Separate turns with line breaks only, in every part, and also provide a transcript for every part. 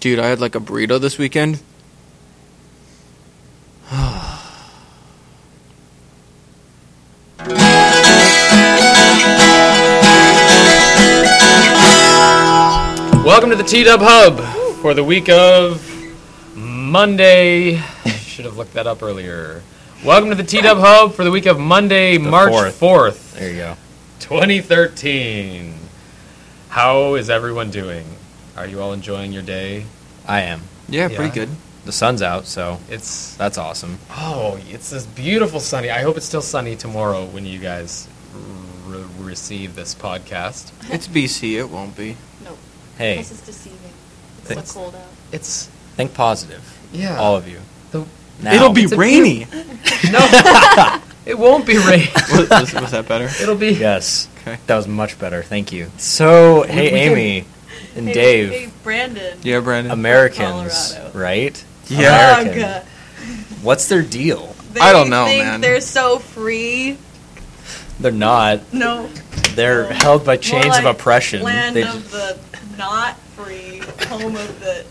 Dude, I had like a burrito this weekend.
Welcome to the T Dub Hub for the week of Monday. Should have looked that up earlier. Welcome to the T Dub Hub for the week of Monday, March 4th.
fourth. There you go.
2013. How is everyone doing? Are you all enjoying your day?
I am.
Yeah,
Yeah.
pretty good.
The sun's out, so
It's
that's awesome.
oh, it's this beautiful sunny. I hope it's still sunny tomorrow when you guys r- receive this podcast.
It's BC, it won't be.
No.
Hey,
This is deceiving. It's
Thanks.
so cold out.
It's
think positive,
yeah.
all of you.
The-
Now.
It'll be
It's a
rainy.
no, it won't be rain.
was, was- was that better?
It'll be
Yes.
Okay.
That was much better. Thank you. So,
we
hey,
did-
Amy and Dave,
Hey, Brandon.
Yeah, Brandon.
Americans,
Colorado.
right?
Yeah.
Ugh.
American. What's their deal?
They
I don't know,
think
man.
They're so free.
They're not.
No.
They're
Well,
held by
more
chains
like
of oppression.
Land
They-
of the not free, home of the idiots.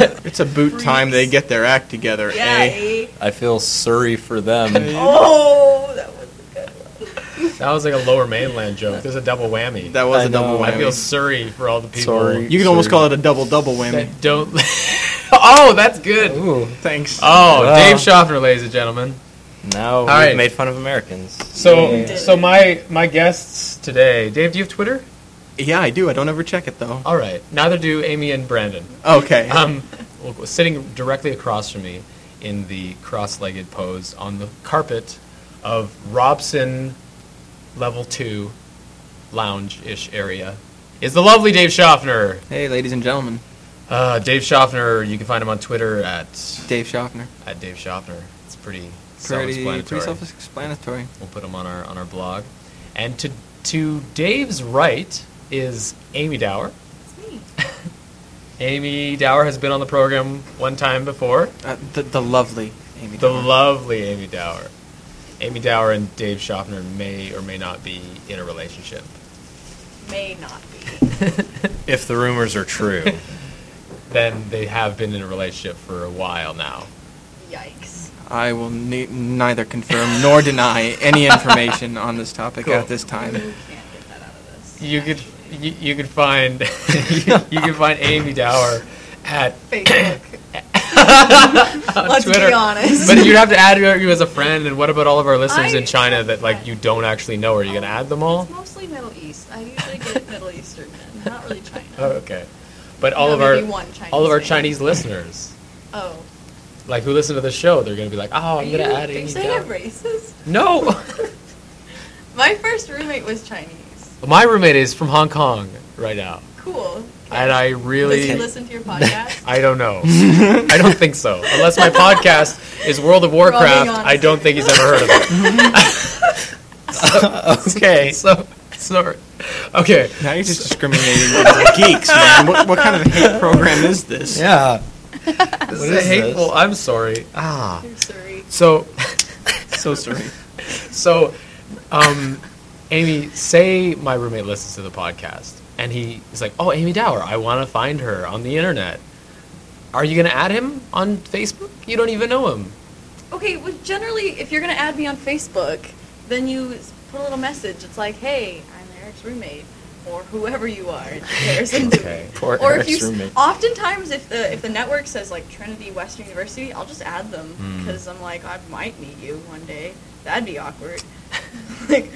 It's about time they get their act together,
Yeah.
eh?
eh?
I feel sorry for them.
Oh, that was a good one.
That was like a lower mainland joke. There's a double whammy.
That was
I
a double
know.
whammy.
I feel sorry for all the people
Sorry.
you could almost call it a double double whammy.
that don't. oh, that's good.
Ooh. Ah.
Thanks.
Oh,
Well.
Dave Schaffner, ladies and gentlemen.
Now we've
right.
made fun of Americans.
So,
Yeah.
so my my guests today, Dave. Do you have Twitter?
yeah, I do. I don't ever check it though.
All right. Neither do Amy and Brandon.
Okay.
Um, well, sitting directly across from me in the cross-legged pose on the carpet of Robson Level Two Lounge-ish area is the lovely Dave Schaffner.
hey, ladies and gentlemen,
Uh, Dave Schaffner. You can find him on Twitter at
Dave Schaffner.
at Dave Schaffner. It's pretty,
Pretty, pretty
self-explanatory.
self-explanatory.
we'll put them on our on our blog. And to to Dave's right is Amy Dower.
It's me.
Amy Dower has been on the program one time before.
Uh, the, the lovely Amy.
The
Dower.
lovely Amy Dower. Amy Dower and Dave Schaffner may or may not be in a relationship.
May not be.
If the rumors are true,
Then they have been in a relationship for a while now.
Yikes.
I will ne- neither confirm nor deny any information on this topic
Cool.
at this time.
You can't get that out of this.
You could you, you could find you, you could find Amy Dower at
Facebook.
on
Let's
Twitter.
be honest.
But you'd have to add her you as a friend, and what about all of our listeners
I-
in China that like you don't actually know? Are you gonna add them all?
It's mostly Middle East. I usually get Middle Eastern men, not really China.
Uh,
Oh, okay. But all
No,
of our
maybe one Chinese
all of our
man.
Chinese listeners,
Oh,
like who listen to the show, they're gonna be like, oh,
are
I'm
you
gonna add Amy
considered
Dower.
racist?
No,
My first roommate was Chinese.
my roommate is from Hong Kong right now,
Cool.
and I
Does he
really
listen to your podcast?
I don't know. I don't think so. Unless my podcast is World of Warcraft,
Rubbing on
I don't think he's ever heard of it.
okay.
So sorry. Okay.
Now you're just discriminating against geeks, man. What, what kind of hate program is this?
Yeah.
This
What
is a
is this?
hateful. I'm sorry. Ah.
I'm sorry.
So
So sorry.
So, um, Amy, say my roommate listens to the podcast and he is like, "Oh, Amy Dower, I want to find her on the internet." Are you going to add him on Facebook? You don't even know him.
Okay, well, generally, if you're going to add me on Facebook, then you s- put a little message. It's like, hey, I'm Eric's roommate, or whoever you are in comparison to me.
Poor
Or
Eric's
if you,
roommate.
s- oftentimes, if the if the network says like Trinity Western University, I'll just add them because I'm like, I might meet you one day. That'd be awkward. like,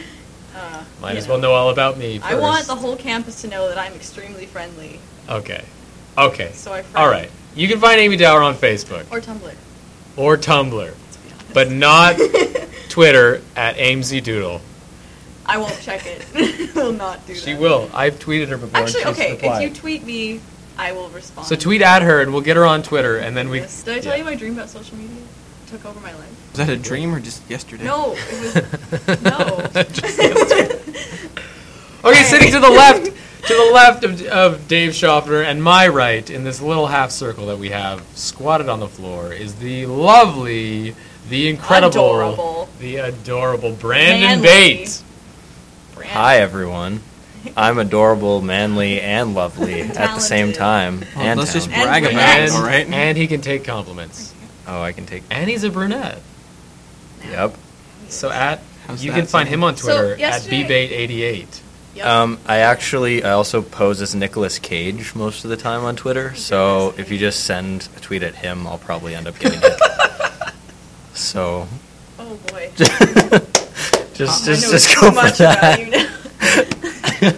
uh,
Might
you
as well know all about me. First.
I want the whole campus to know that I'm extremely friendly.
Okay. Okay.
So I.
all right. You can find Amy Dower on Facebook
Or Tumblr.
or Tumblr,
To be honest.
but not Twitter at Amesy Doodle.
I won't check it. will not do that.
She will. I've tweeted her before.
Actually,
and she's
okay.
replied.
If you tweet me, I will respond.
so tweet at her and we'll get her on Twitter and then we.
Yes. Did I tell
Yeah.
you my dream about social media? It took over my life.
Was that a dream or just yesterday?
No, it was no.
Okay,
Right.
sitting to the left, to the left of, of Dave Schaffner, and my right, in this little half circle that we have squatted on the floor, is the lovely, the incredible,
Adorable.
the adorable Brandon
Manly.
Bates.
Brand-
Hi, everyone. I'm adorable, manly, and lovely at the same
Talented.
time.
Oh,
and
let's just
talented.
And-
brag about
And,
it, all right?
and he can take compliments.
Oh, I can take.
And he's a brunette.
Yep.
So at
How's
you
that
can find
sound?
him on
So
Twitter at
yesterday-
bbait88.
Yep.
Um, I actually I also pose as Nicolas Cage most of the time on Twitter. So if you just send a tweet at him, I'll probably end up getting it. so
oh boy. I
just just
know
just
too
go for
much
that.
about you now.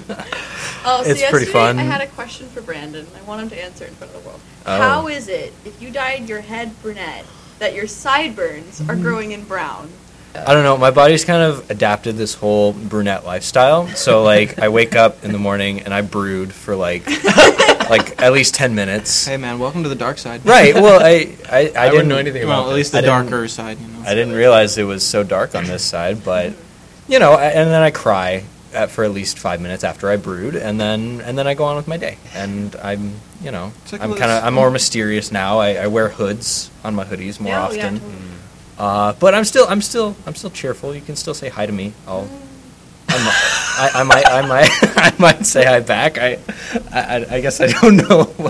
oh, so
It's
yesterday
pretty fun.
I had a question for Brandon. I want him to answer in front of the world.
Oh.
How is it if you dyed your head brunette that your sideburns
Mm-hmm.
are growing in brown?
I don't know. My body's kind of adapted this whole brunette lifestyle. So like I wake up in the morning and I brood for like like at least ten minutes.
Hey, man, welcome to the dark side.
Right. Well, I I, I,
I wouldn't
didn't
know anything about
Well, at
this.
least
I
the
didn't-
darker side, you know.
I didn't realize it was so dark on this side, but you know, I, and then I cry at, for at least five minutes after I brood, and then and then I go on with my day, and I'm you know
It's like
I'm
a
kind of
little-
I'm more mysterious now. I, I wear hoods on my hoodies more
Yeah, oh, yeah,
often,
totally.
uh, but I'm still I'm still I'm still cheerful. You can still say hi to me. I'll. I'm- I, I might, I might, I might say hi back. I, I, I guess I don't know. you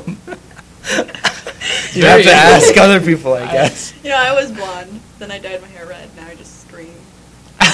have
Very-
to ask other people, I guess.
You know, I was blonde, then I dyed my hair red, now I just scream.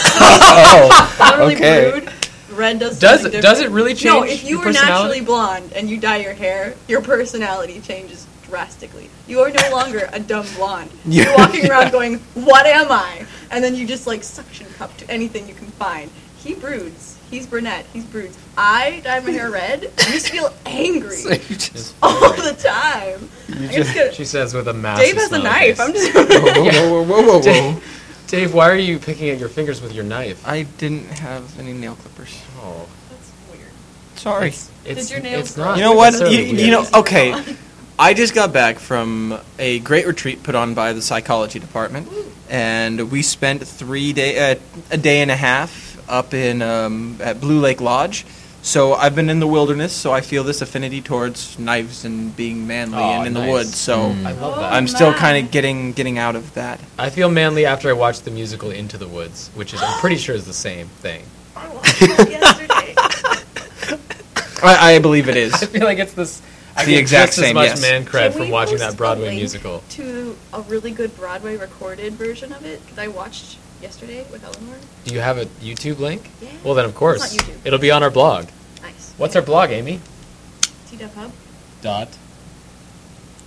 oh,
I don't really
Okay.
brood. Red does
Does
something
it- does
different.
it really
No,
change
if you
your
were naturally
personality?
blonde and you dye your hair, your personality changes drastically. You are no longer a dumb blonde. You're
Yeah.
walking around going, "What am I?" And then you just like suction cup to anything you can find. He broods. He's brunette. He's broods. I dye my hair red. I just feel angry
Just-
all the time. I just get-
she says with a mask.
Dave has a knife. I'm just.
Whoa, whoa, whoa, whoa, whoa, whoa, whoa.
Dave, Dave, why are you picking at your fingers with your knife?
I didn't have any nail clippers.
oh,
That's weird.
Sorry.
It's, it's-
your nails
it's
grow?
not
You know what?
necessarily
You, you
weird.
know, okay. I just got back from a great retreat put on by the psychology department, and we spent three day uh, a day and a half up in um, at Blue Lake Lodge. So I've been in the wilderness, so I feel this affinity towards knives and being manly
Aw,
and in
nice.
the woods. So
Mm.
I love
Oh,
that.
I'm still
my.
kind of getting getting out of that.
I feel manly after I watched the musical Into the Woods, which is I'm pretty sure is the same thing.
I watched it yesterday.
I, I believe it
I
is.
feel like it's this. I
The
get
exact
just as
same,
much
yes.
man
Can
cred
we
from watching
post
that
a
Broadway
link
musical.
To a really good Broadway recorded version of it that I watched yesterday with Eleanor.
Do you have a YouTube link?
Yeah.
Well, then of
It's
course
not YouTube.
it'll be on our blog.
Nice.
What's our blog, Amy?
TDEF Hub.
Dot.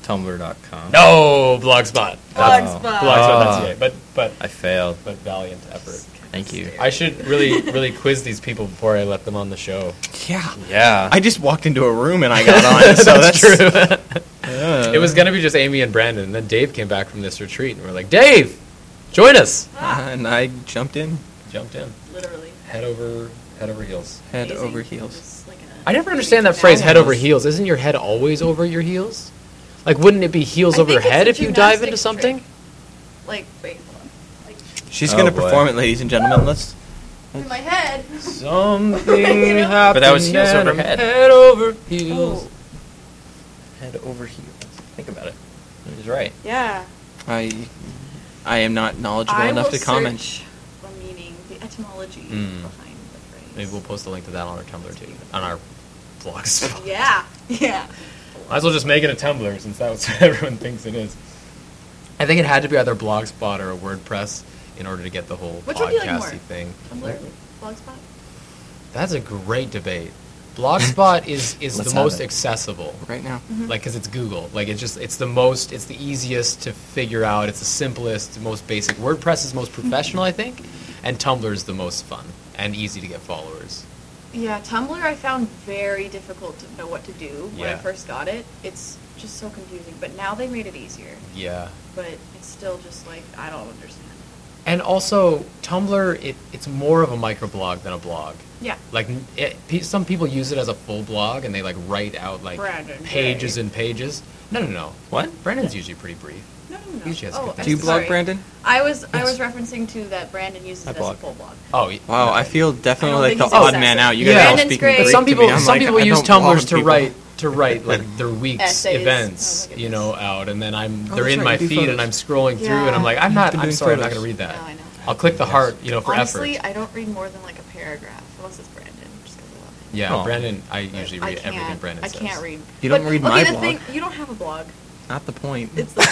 Tumblr.com.
No, blogspot.
That's-
Blogspot.
Blogspot.
Ah.
That's it. But but
I failed.
but valiant effort.
Thank you.
I should really really quiz these people before I let them on the show.
Yeah.
Yeah.
I just walked into a room and I got on, so that's,
true.
Uh,
it was gonna be just Amy and Brandon, and then Dave came back from this retreat, and we're like, Dave, join us.
Ah,
and I jumped in,
Jumped in,
literally.
head over head over heels.
head
Amazing.
over heels.
Just like a-
I never understand that phrase, head
Gymnastics.
over heels. Isn't your head always over your heels? Like, wouldn't it be heels
I
over
think it's
head
a
if you dive into
gymnastics
something?
trick. Like, wait, hold on. Like,
She's
Oh,
gonna
boy.
perform it, ladies and gentlemen. Let's.
in my head.
Something
You know?
happened.
But that was heels over
and I'm
head.
Head over heels.
Oh,
Head over heels. Think about it. He's right.
yeah.
I, I am not knowledgeable
I
enough
will
to comment.
search The meaning, the etymology
Mm.
behind the phrase.
Maybe we'll post a link to that on our Tumblr too, on our blog spot.
Yeah, yeah.
Might as well just make it a Tumblr since that's what everyone thinks it is. I think it had to be either Blogspot or a WordPress in order to get the whole
Which would you like
podcasty
more?
thing.
Tumblr, Blogspot.
That's a great debate. Blogspot is is
Let's
the
have
most
it.
accessible.
right now.
Mm-hmm.
like because it's google like it's just it's the most it's the easiest to figure out it's the simplest the most basic wordpress is most professional i think and tumblr is the most fun and easy to get followers
Yeah, Tumblr I found very difficult to know what to do when I
Yeah.
first got it. It's just so confusing, but now they made it easier.
yeah
But it's still just like I don't understand.
and also tumblr it, it's more of a microblog than a blog
Yeah.
like n- it, pe- some people use it as a full blog and they like write out like
Brandon,
pages
right.
and pages no no no
What?
brandon's usually pretty brief
No, no, no.
Usually has
oh,
good
I'm
Do you blog,
sorry.
Brandon?
I was I
Yes.
was referencing to that Brandon uses
I
it
blog.
as a full blog.
oh y-
Wow,
no.
I feel
I don't
definitely like the
think
Oh, odd
he's
man out. You
Yeah.
guys all
Brandon's
speak
great.
Greek
But some
to me.
people,
I'm
some
like,
people
I
use
don't blog
Tumblrs to
people.
write to write like their week's
Essays.
events,
Oh my
you know, out, and then I'm
Oh,
they're in
that's right,
my
you do
feed, and
photos.
I'm scrolling through, and I'm
Yeah.
like, I'm
You've
not,
been
I'm
doing
sorry, I'm not
photos.
gonna read that.
No, I know.
will click the heart, you know, for
Honestly,
effort.
I don't read more than like a paragraph unless it's Brandon, just because I love him.
Yeah,
Oh.
Brendan. I usually
I
read
can't.
everything Brendan
I
says.
can't read.
You don't read
okay,
my
the
blog.
Thing, you don't have a blog.
Not the point.
It's the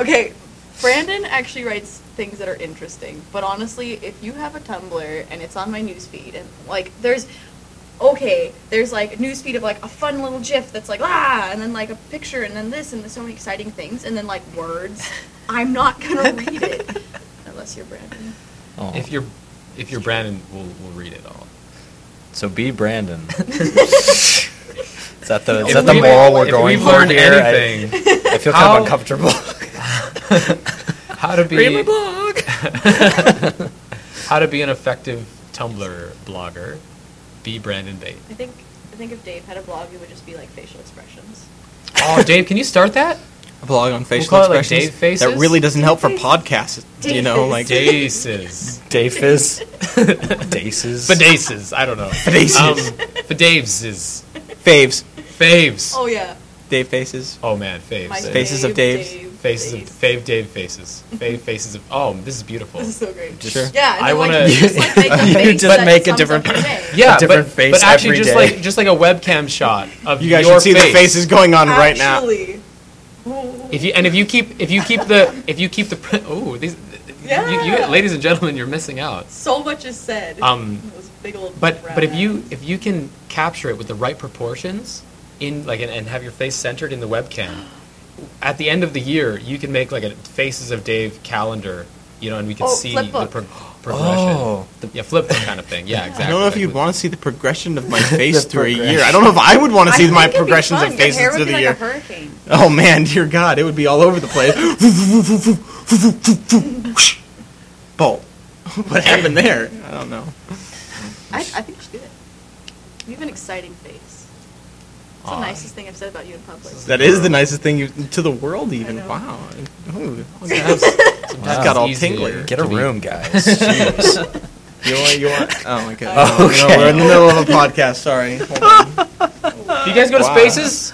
okay. Brandon actually writes things that are interesting, but honestly, if you have a Tumblr and it's on my newsfeed, and like there's okay, there's like newsfeed of like a fun little GIF that's like ah, and then like a picture, and then this, and there's so many exciting things, and then like words. I'm not gonna read it unless you're Brandon.
Oh.
If you're, if you're Brandon, we'll we'll read it all.
so be Brandon. is that the
If
is that the
we've-
moral we're
if
going
we've
for
learned
here? I-
anything,
I, feel kind
How-
of uncomfortable.
how to be
Read my blog.
how to be an effective Tumblr blogger, be Brandon Bate.
I think I think if Dave had a blog, it would just be like facial expressions.
Oh, Dave, can you start that?
a blog on facial
call it, like,
expressions.
Dave faces?
That really doesn't help for
Dave
podcasts.
Dave
you
faces.
know, like
Daces.
Dafis. Daces.
Fidaces. I don't know.
Fidaces.
Um, Fidaves is
faves.
faves.
Oh yeah,
Dave faces.
Oh man, faves.
my
Faves. Faces of
Dave,
Daves.
Dave,
Faces of
Dave.
fave Dave faces. Fave faces of oh, this is beautiful.
This is so great.
Just- Sure.
Yeah, and
I
then, like,
wanna-
you just, like, make a
You
face
just
that
make a
sums
different-
up your day.
Yeah,
A different
but,
face
but actually,
every
just
day.
like just like a webcam shot of
You guys
your
should see
face.
the faces going on right now.
Actually.
If you and if you keep if you keep the if you keep the print oh these you, you,
Yeah.
ladies and gentlemen you're missing out.
so much is said.
Um,
Those big old
But
rat
but if
ass.
you if you can capture it with the right proportions in like and, and have your face centered in the webcam, at the end of the year you can make like a faces of Dave calendar, you know, and we can
Oh,
see the
flipbook.
pro- progression.
Oh, the-
yeah, flip book kind of thing. Yeah, exactly.
I don't know if
like
you'd
with-
want to see the progression of my face
The
through a year.
progression.
I don't know if I would want to
I
see my
think it'd be
progressions
fun.
of
Your
faces
hair would
through
be
the
like
year.
A hurricane.
Oh man, dear God, it would be all over the place. Bolt. What happened there? I don't know.
I, I think you should do it. You have an exciting face. It's
Aw.
the nicest thing I've said about you in public.
That is the nicest thing you, to the world, even.
know.
Wow. Ooh.
Oh, yeah, that's- sometimes
Wow. Got
all
it's easier
tingly.
Get a
to be-
room, guys. Jeez.
You want, you want? Oh my God.
Oh,
No,
okay.
we're in the middle of a podcast. Sorry. Hold on.
Do you guys go to
Wow.
spaces?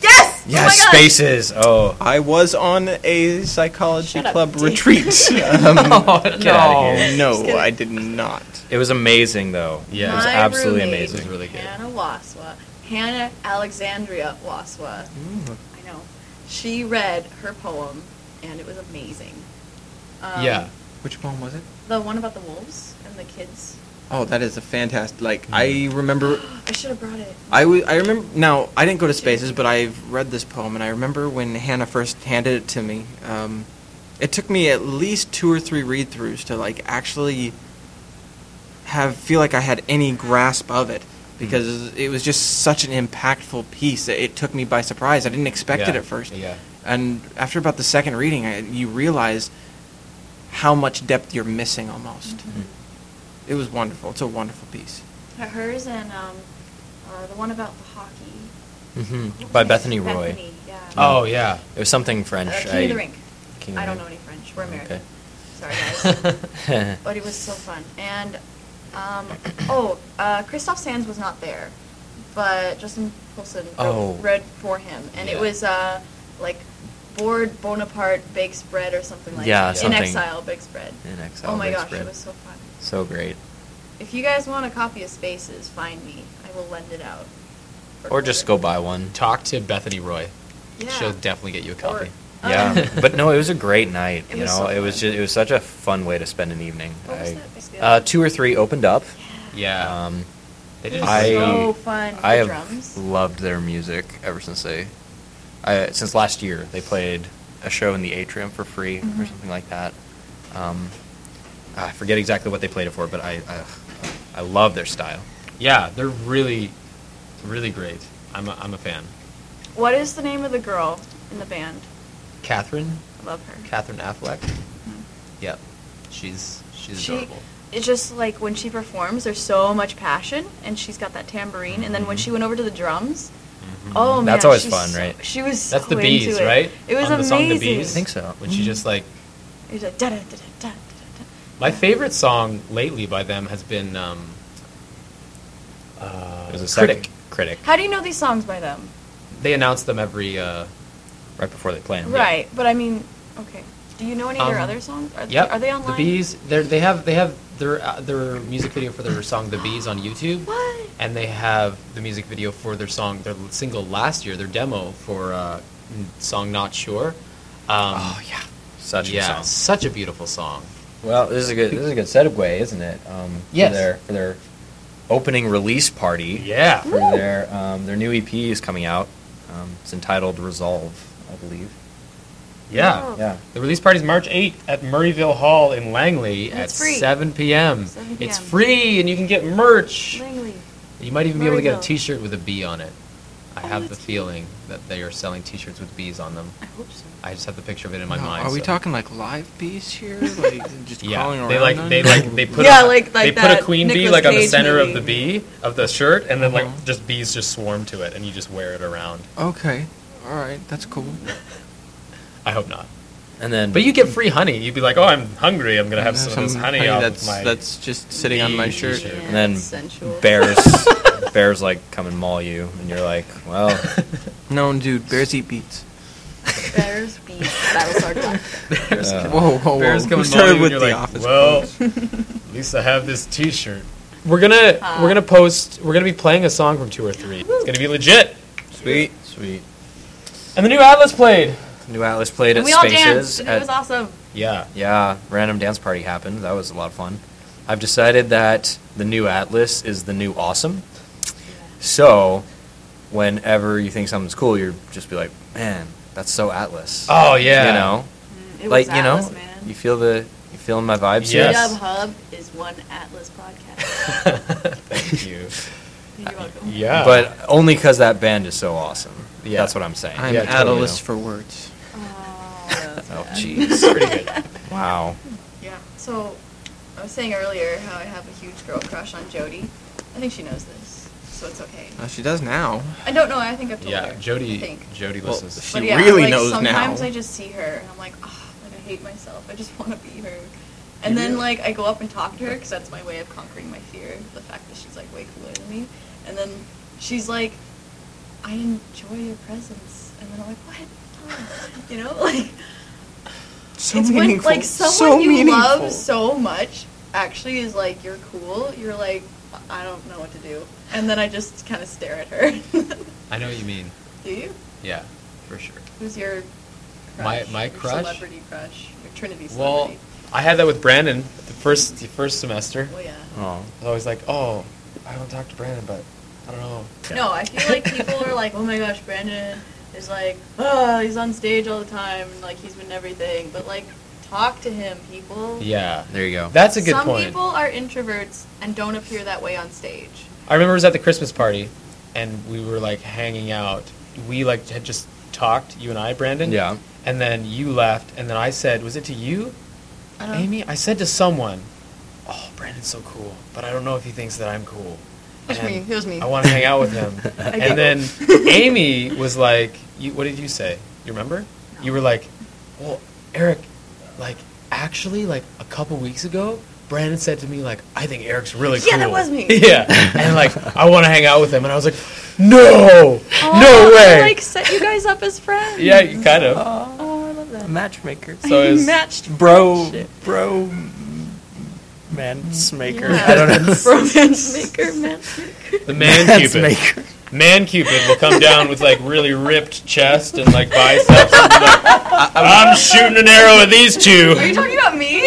Yes! Oh
Yes,
my God!
spaces. Oh.
I was on a psychology
Shut up,
club
Dave.
retreat. Um,
Oh,
Get outta here.
Just
no,
kidding.
I did not.
It was amazing, though.
Yeah.
it was
My
absolutely
roommate,
It was
amazing.
really good.
Hannah Waswa. Hannah Alexandria Waswa. I know. She read her poem, and it was amazing. Um,
yeah.
Which poem was it?
The one about the wolves and the kids.
Oh, that is a fantastic. Like
Mm.
I remember,
I should have brought it.
I wa- I remember. Now I didn't go to spaces, but I've read this poem, and I remember when Hannah first handed it to me. Um, it took me at least two or three read throughs to like actually have feel like I had any grasp of it
Hmm.
because it was just such an impactful piece. It, it took me by surprise. I didn't expect it
Yeah.
at first.
Yeah.
And after about the second reading, I, you realize how much depth you're missing almost.
Mm-hmm.
It was wonderful. It's a wonderful piece.
Hers and um, uh, the one about the hockey.
hmm By Bethany Roy.
Bethany, yeah.
Oh yeah.
It was something French.
Uh, King
I,
of the Rink.
King of
I
the
don't know
Rink.
any French. We're American.
Okay.
Sorry, guys. but it was so fun. And um, oh, uh, Christoph Sands was not there, but Justin Poulsen wrote,
Oh.
read for him, and
Yeah.
it was uh, like bored Bonaparte bakes bread or something like
Yeah,
that.
something.
in exile bakes bread.
In Exile
Oh my
Bakes
gosh,
Bread.
it was so fun.
so great.
If you guys want a copy of Spaces, find me. I will lend it out. for
Or just go
quarter.
buy one.
Talk to Bethany Roy.
Yeah.
She'll definitely get you a
Or-
copy.
Oh.
Yeah, but no, it was a great night.
It
you
was
know,
so
it was
fun.
just it was such a fun way to spend an evening.
What was
I-
that basically?
uh, two or three opened up.
yeah.
Um,
they
It
did
was
I-
so fun.
I
the
have
drums.
loved their music ever since they, I, since last year they played a show in the atrium for free or
Mhm.
something like that. Um, I forget exactly what they played it for, but I, I, I love their style.
Yeah, they're really, really great. I'm a, I'm a fan.
What is the name of the girl in the band?
Catherine,
I love her. Mm-hmm.
Catherine Affleck. Yep, she's she's
She-
adorable.
it's just like when she performs, there's so much passion, and she's got that tambourine. And then
Mm-hmm.
when she went over to the drums, oh man,
That's always
she's
fun,
so-
right?
She was
That's
so
the bees,
into it.
right?
It was
On the song
amazing. Mm-hmm.
The
I
Bees?
think so.
When she just like
It was like da da da da da da.
my favorite song lately by them has been um, uh,
It was a
critic.
second critic
How do you know these songs by them?
They announce them every. Uh,
right before they play 'em.
Right, but I mean, okay. Do you know any of their
Um,
other songs? Are,
yep.
are they online?
The bees. They're, they have they have their uh, their music video for their song "The Bees" on YouTube,
What?
and they have the music video for their song, their single last year, their demo for uh, n- song "Not Sure." Um,
Oh yeah, such
yeah,
a song.
such a beautiful song.
Well, this is a good this is a good segue, isn't it? Um,
Yes.
For their, for their opening release party.
Yeah,
For
Woo.
their um, their new EP is coming out. Um, it's entitled Resolve, I believe.
Oh.
yeah.
Yeah.
The release party is March 8th at Murrayville Hall in Langley
And
at
it's free.
7 p.m.
7
It's
p.m..
free, and you can get merch.
Langley.
You might even be able to get a
Murrayville.
T-shirt with a bee on it. I
Oh,
have the
that's
feeling that they are selling T-shirts with bees on them.
I hope so.
I just have the picture of it in my
Now,
mind.
Are we
so-
talking like live bees here? Like just
Yeah,
crawling around?
they like
on
they
you?
like they put
Yeah,
a,
like- like
they put a
that
queen bee
Nicolas
like on the
Cage
center of the
movie.
bee of the shirt, and then
Uh-huh.
like just bees just swarm to it, and you just wear it around.
Okay, all right, that's cool.
I hope not.
And then
But you get free honey. You'd be like, oh, I'm hungry. I'm gonna have some, of this honey, off
that's
my.
that's just sitting on my
bee
shirt.
t-shirt.
Yeah,
And then
it's sensual.
bears bears like come and maul you, and you're like, well,
No, dude, bears eat beets.
Bears beat Battlestar Galactica.
Bears
Uh,
come-
whoa, whoa, whoa!
bears
We
come and maul you,
started
and
with
you're
the
like,
office.
Well,
folks.
at least I have this T-shirt. We're gonna
Ah.
we're gonna post. We're gonna be playing a song from two or three. It's gonna be legit.
sweet, sweet.
And the new Atlas played.
New Atlas played
And
at
we all
Spaces.
danced, and
at-
it was awesome.
Yeah.
Yeah, random dance party happened. That was a lot of fun. I've decided that the new Atlas is the new awesome. So, whenever you think something's cool, you're just be like, man, that's so Atlas.
Oh yeah.
You know,
Mm, It
like
was
you know,
Atlas, man.
you feel the you feeling my vibes.
Yes.
Dub Hub is one Atlas podcast.
Thank you.
You're welcome.
Yeah.
But only because that band is so awesome.
Yeah.
That's what I'm saying.
I'm
Yeah,
at
totally
a list for words.
Oh,
Oh,
yeah.
jeez.
pretty good.
Wow.
Yeah. So, I was saying earlier how I have a huge girl crush on Jody. I think she knows this, so it's okay.
Uh, she does now.
I don't know. I think I've told
Yeah,
her. I
Jody.
think.
Jody
Well,
listens.
she
But yeah,
really
like,
knows
sometimes
now.
I just see her and I'm like, oh, like I hate myself. I just want to be her. And then like I go up and talk to her because that's my way of conquering my fear, the fact that she's like way cooler than me. And then she's like, I enjoy your presence. And then I'm like, what? Oh." You know, like
So
it's when
meaningful.
like someone
so
you
meaningful.
love so much actually is like you're cool. You're like I don't know what to do. And then I just kind of stare at her.
I know what you mean.
do you?
Yeah, for sure.
Who's your crush?
My- my
your
crush?
Celebrity crush. Your Trinity
Well,
celebrity.
I had that with Brandon the first the first semester.
Well, yeah.
Oh.
I was always like, oh, I don't talk to Brandon, but I don't know.
No, I feel like people are like, oh my gosh, Brandon is like, oh, he's on stage all the time, and like he's been everything. But like, talk to him, people.
Yeah,
There you go.
that's a good
Some
point.
people are introverts and don't appear that way on stage.
I remember it was at the Christmas party, and we were like hanging out. We like had just talked, you and I, Brandon.
Yeah.
And then you left, and then I said, was it to you,
I don't-
Amy? I said to someone, oh, Brandon's so cool, but I don't know if he thinks that I'm cool.
It was
And
me, it was me.
I want to hang out with him.
Okay.
and then Amy was like, you, "What did you say? You remember? You were like, well, Eric, like actually, like a couple weeks ago." Brandon said to me, like, I think Eric's really cool.
Yeah, that was me.
Yeah. And, like, I want to hang out with him. And I was like, no, no
Oh,
way.
Like set you guys up as friends.
yeah, you kind of.
Oh, I love that.
Matchmaker.
So it was-
matched
Bro,
Shit.
bro, man's maker.
Yeah.
I don't know.
romance maker, man.
the man
Man's
cupid.
maker.
Man cupid will come down with, like, really ripped chest and, like, biceps. And be like, I'm shooting an arrow at these
Are you
two.
talking about me?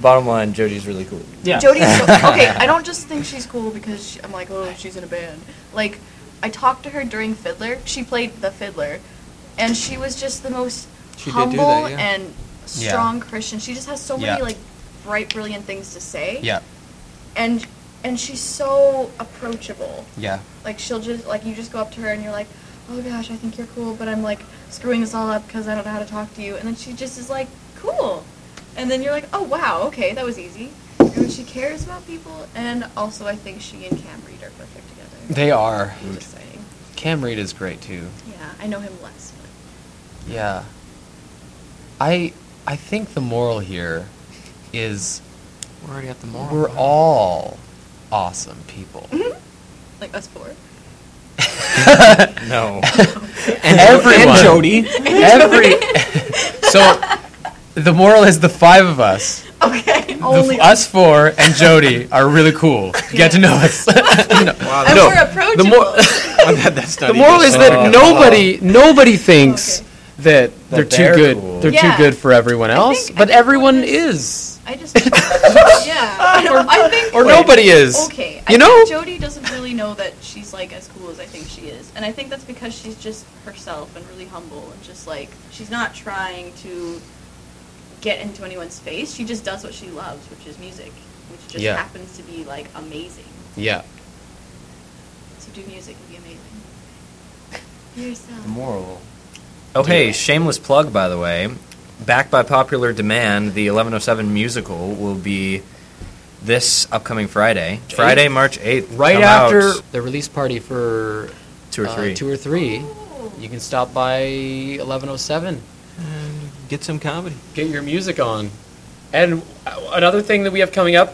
Bottom line, Jody's really cool.
Yeah.
Jody's so, okay. I don't just think she's cool because she, I'm like, oh, she's in a band. Like, I talked to her during Fiddler. She played the Fiddler, and she was just the most
She did do
humble
that, yeah.
and strong Christian. She just has so many
Yeah.
like bright, brilliant things to say.
Yeah.
And and she's so approachable.
Yeah.
Like she'll just like you just go up to her and you're like, oh gosh, I think you're cool, but I'm like screwing this all up because I don't know how to talk to you. And then she just is like, cool. And then you're like, oh wow, okay, that was easy. And she cares about people, and also I think she and Cam Reed are perfect together.
They are.
I'm just saying.
Cam Reed is great too.
Yeah, I know him less.
Yeah. I I think the moral here is
We're already at the moral.
we're
one.
all awesome people.
But, like us four.
No.
and
Everyone.
and Jody.
Every so the moral is the five of us
Okay,
The f-
only
us four and Jody are really cool. Get to know us. No.
Wow,
And
that's-
No.
we're approachable.
The more-
I'm glad that's not
The
even Oh.
moral is
funny.
that nobody nobody thinks
Okay.
that, they're
That
too
they're
good.
cool.
They're
Yeah.
too good for everyone
I
else,
think- I
but
think
everyone
what is-
is,
I just, yeah, I, don't, I think
or
like-
nobody is.
Okay,
You
I
know?
think Jody doesn't really know that she's like as cool as I think she is, and I think that's because she's just herself and really humble and just like she's not trying to get into anyone's face. She just does what she loves, which is music, which just
Yeah.
happens to be like amazing.
Yeah.
So do music and be amazing. Be Yourself.
The moral. Oh, hey, shameless plug, by the way. Back by popular demand, the 1107 musical will be this upcoming Friday. Friday, March 8th.
Right
Come out.
after the release party for
Two or
uh,
three.
two or three,
Oh.
you can stop by 1107.
Get some comedy.
Get your music on. And uh, another thing that we have coming up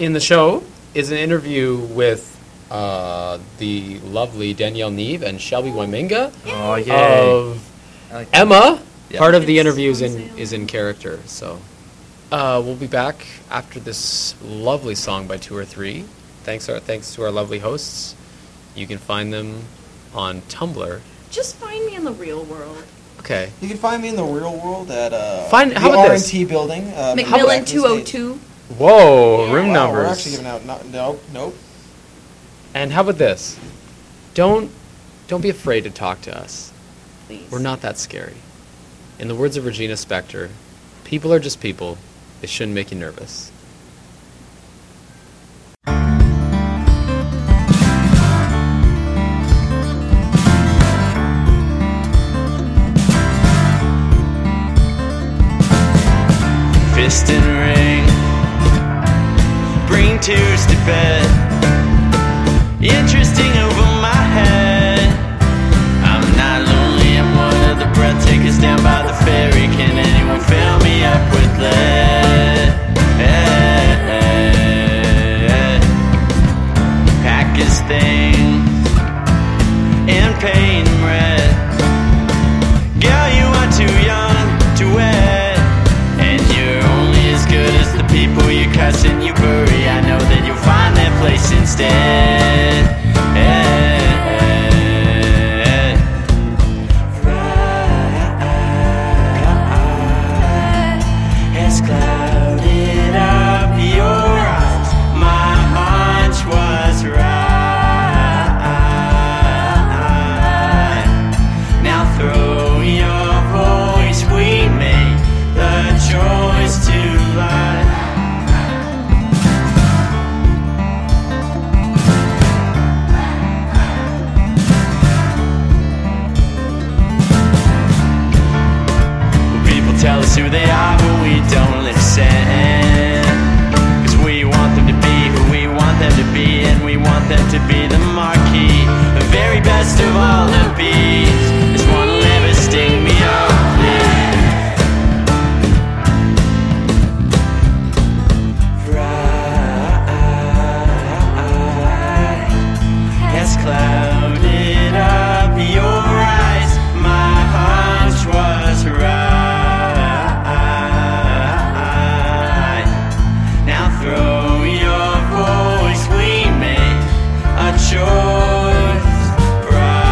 in the show is an interview with uh, the lovely Danielle Neve and Shelby Wyminga
Oh, yay.
of
I like that.
Emma.
Yeah.
Part of the
It's
interview is
on
in
sale.
is in character, so uh, we'll be back after this lovely song by two or three. Thanks our thanks to our lovely hosts. You can find them on Tumblr.
Just find me in the real world.
Okay.
You can find me in the real world at uh,
Find-
the
how about this?
R&T building. Uh,
McMillan two oh two.
Whoa,
Yeah.
room
wow,
numbers.
We're actually giving out no, no, nope.
and how about this? Don't don't be afraid to talk to us.
Please.
We're not that scary. In the words of Regina Spektor, people are just people. They shouldn't make you nervous.
fist and ring. Bring tears to bed. Interesting over my head. I'm not lonely, I'm one of the breath takers down by the ferry. Can anyone fill me up with lead? Pack his things and pay him rent. Girl, you are too young to wed. And you're only as good as the people you cuss and you bury. I know that you'll find that place instead. Has clouded up your eyes. My hunch was right. Now throw your voice, we made the choice to lie. People tell us who they are, but we don't listen. Cause we want them to be who we want them to be, and we want them to be the marquee. The very best of all the bees. This one will never sting me off, please. Right has clouded up your eyes. My hunch was right. Now throw your voice, we made a choice. Pride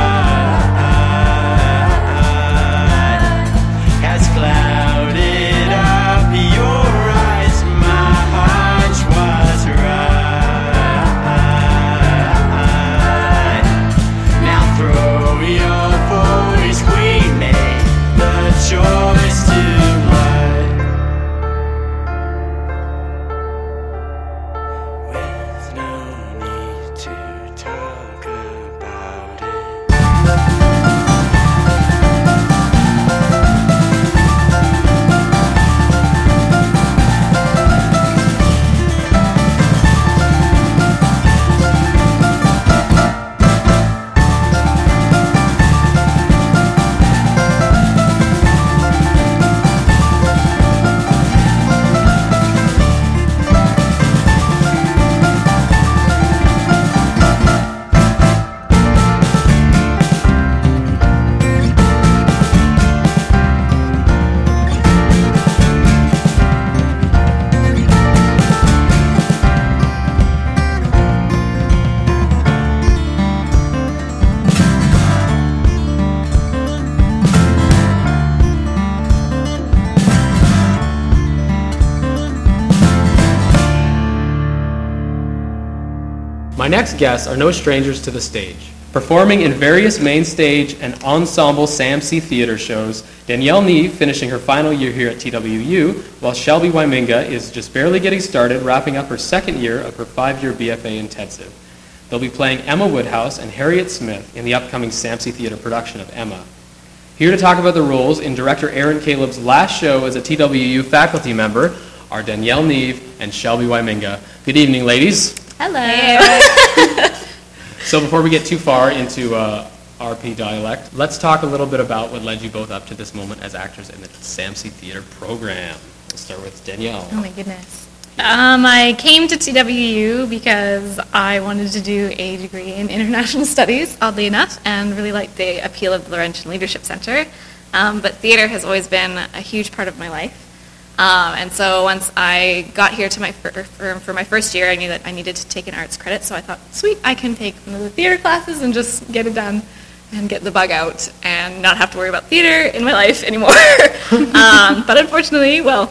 has clouded up your eyes. My hunch was right. Now throw your
My next guests are no strangers to the stage. Performing in various main stage and ensemble Sam C. theater shows, Danielle Nee finishing her final year here at TWU, while Shelby Wyminga is just barely getting started, wrapping up her second year of her five-year BFA intensive. They'll be playing Emma Woodhouse and Harriet Smith in the upcoming Samse Theater production of Emma. Here to talk about the roles in director Aaron Caleb's last show as a TWU faculty member are Danielle Neve and Shelby Wyminga. Good evening, ladies.
Hello.
So before we get too far into uh, RP dialect, let's talk a little bit about what led you both up to this moment as actors in the Samse Theater program. Let's start with Danielle.
Oh my goodness. Um, I came to TWU because I wanted to do a degree in international studies, oddly enough, and really liked the appeal of the Laurentian Leadership Center. Um, but theater has always been a huge part of my life. Um, and so once I got here to my fir- er, for, for my first year, I knew that I needed to take an arts credit. So I thought, sweet, I can take one of the theater classes and just get it done and get the bug out and not have to worry about theater in my life anymore. um, but unfortunately, well,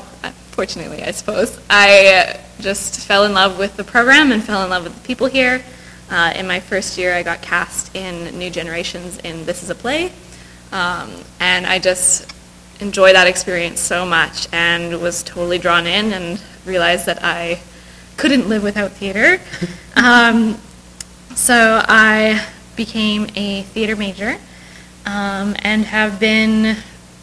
fortunately, I suppose, I uh, just fell in love with the program and fell in love with the people here. Uh, in my first year, I got cast in New Generations in This Is a Play, um, and I just enjoy that experience so much and was totally drawn in and realized that I couldn't live without theater. Um, so I became a theater major um, and have been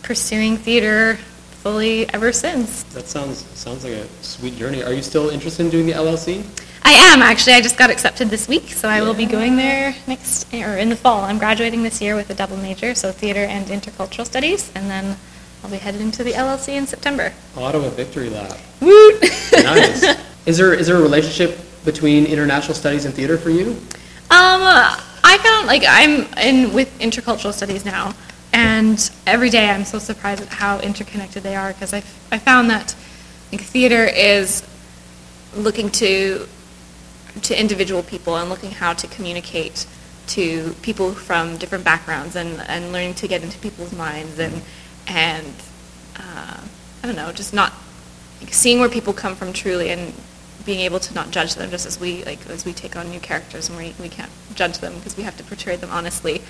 pursuing theater fully ever since.
That sounds sounds like a sweet journey. Are you still interested in doing the LLC?
I am actually. I just got accepted this week, so I will be going there next or in the fall. I'm graduating this year with a double major, so theater and intercultural studies, and then I'll be heading to the LLC in September.
Ottawa Victory Lab.
Woot!
Nice. is there is there a relationship between international studies and theater for you?
Um, I found like I'm in with intercultural studies now, and every day I'm so surprised at how interconnected they are because I, f- I found that like theater is looking to to individual people and looking how to communicate to people from different backgrounds and, and learning to get into people's minds and and uh, I don't know just not like, seeing where people come from truly and being able to not judge them just as we like as we take on new characters and we, we can't judge them because we have to portray them honestly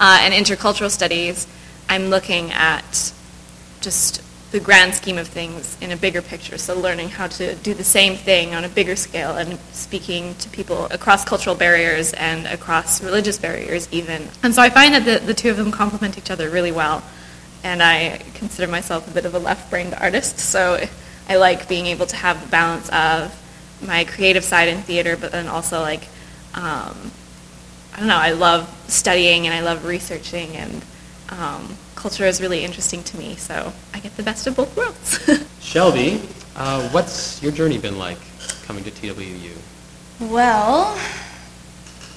uh, and intercultural studies i'm looking at just the grand scheme of things in a bigger picture so learning how to do the same thing on a bigger scale and speaking to people across cultural barriers and across religious barriers even and so i find that the, the two of them complement each other really well and I consider myself a bit of a left-brained artist, so I like being able to have the balance of my creative side in theater, but then also like, um, I don't know, I love studying and I love researching, and um, culture is really interesting to me, so I get the best of both worlds.
Shelby, uh, what's your journey been like coming to TWU?
Well,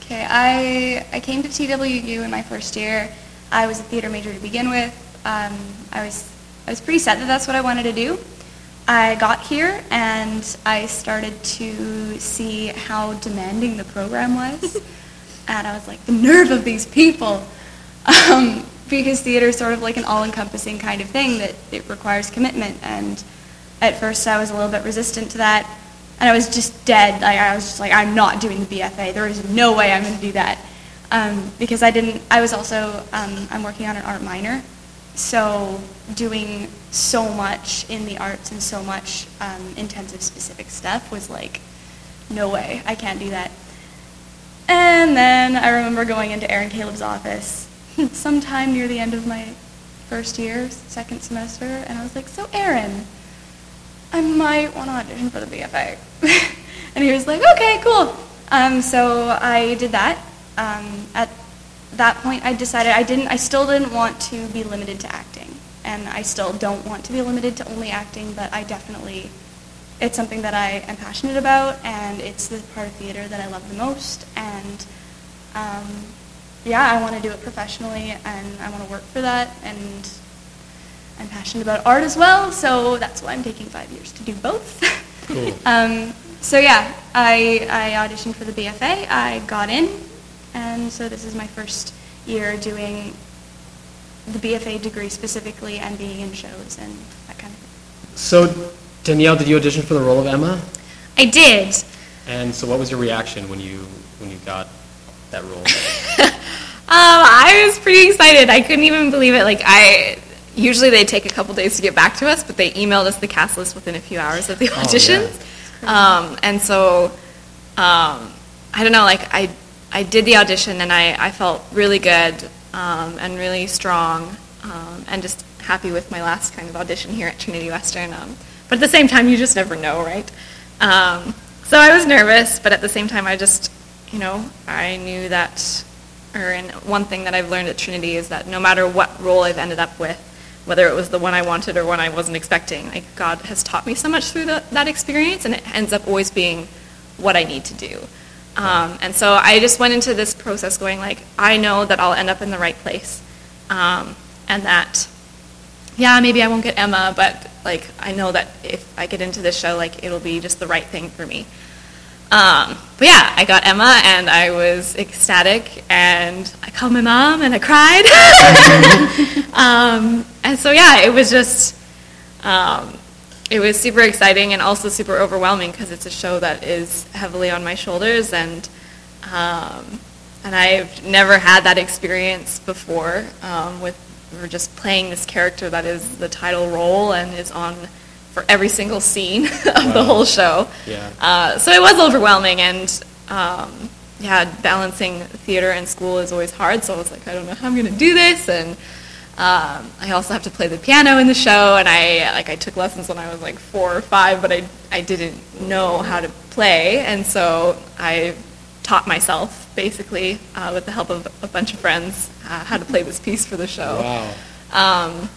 okay, I, I came to TWU in my first year. I was a theater major to begin with. Um, I, was, I was pretty set that that's what I wanted to do. I got here and I started to see how demanding the program was. and I was like, the nerve of these people! Um, because theater is sort of like an all encompassing kind of thing that it requires commitment. And at first I was a little bit resistant to that. And I was just dead. Like, I was just like, I'm not doing the BFA. There is no way I'm going to do that. Um, because I didn't, I was also, um, I'm working on an art minor. So doing so much in the arts and so much um, intensive specific stuff was like, no way, I can't do that. And then I remember going into Aaron Caleb's office sometime near the end of my first year, second semester, and I was like, so Aaron, I might want to audition for the BFA. and he was like, okay, cool. Um, so I did that. Um, at that point, I decided I didn't, I still didn't want to be limited to acting. And I still don't want to be limited to only acting, but I definitely, it's something that I am passionate about, and it's the part of theater that I love the most. And um, yeah, I want to do it professionally, and I want to work for that. And I'm passionate about art as well, so that's why I'm taking five years to do both.
Cool.
um, so yeah, I, I auditioned for the BFA. I got in, and so this is my first year doing the BFA degree specifically and being in shows and that kind of thing.
So, Danielle, did you audition for the role of Emma?
I did.
And so, what was your reaction when you when you got that role?
Um, I was pretty excited. I couldn't even believe it. Like I usually they take a couple days to get back to us, but they emailed us the cast list within a few hours of the auditions. um, and so um, I don't know. Like I I did the audition and I, I felt really good um, and really strong um, and just happy with my last kind of audition here at Trinity Western. Um, but at the same time, you just never know, right? Um, so I was nervous, but at the same time, I just you know I knew that or and one thing that I've learned at Trinity is that no matter what role I've ended up with, whether it was the one I wanted or one I wasn't expecting, like God has taught me so much through the, that experience, and it ends up always being what I need to do. Um, and so I just went into this process going like, I know that I'll end up in the right place, um, and that, yeah, maybe I won't get Emma, but like I know that if I get into this show, like it'll be just the right thing for me. Um, but yeah, I got Emma and I was ecstatic and I called my mom and I cried. um, and so yeah, it was just, um, it was super exciting and also super overwhelming because it's a show that is heavily on my shoulders and, um, and I've never had that experience before um, with we're just playing this character that is the title role and is on for every single scene of the whole show.
Yeah.
Uh, so it was overwhelming, and um, yeah, balancing theater and school is always hard. So I was like, I don't know how I'm going to do this, and um, I also have to play the piano in the show, and I like I took lessons when I was like four or five, but I I didn't know how to play, and so I taught myself basically uh, with the help of a bunch of friends uh, how to play this piece for the show.
Wow.
Um,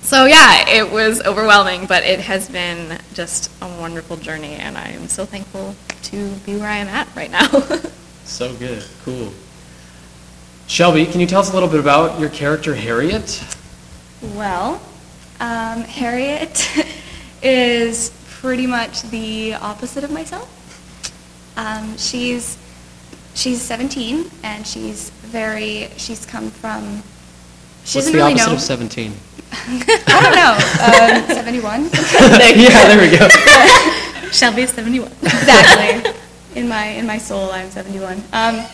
so yeah, it was overwhelming, but it has been just a wonderful journey, and I am so thankful to be where I am at right now.
So good. Cool. Shelby, can you tell us a little bit about your character Harriet?
Well, um, Harriet is pretty much the opposite of myself. Um, she's she's 17 and she's very she's come from. She
What's
doesn't
the
really
opposite
know.
of 17?
I don't know. Um, 71.
yeah, there we go.
Shelby is seventy-one.
exactly. In my in my soul, I'm 71. Um,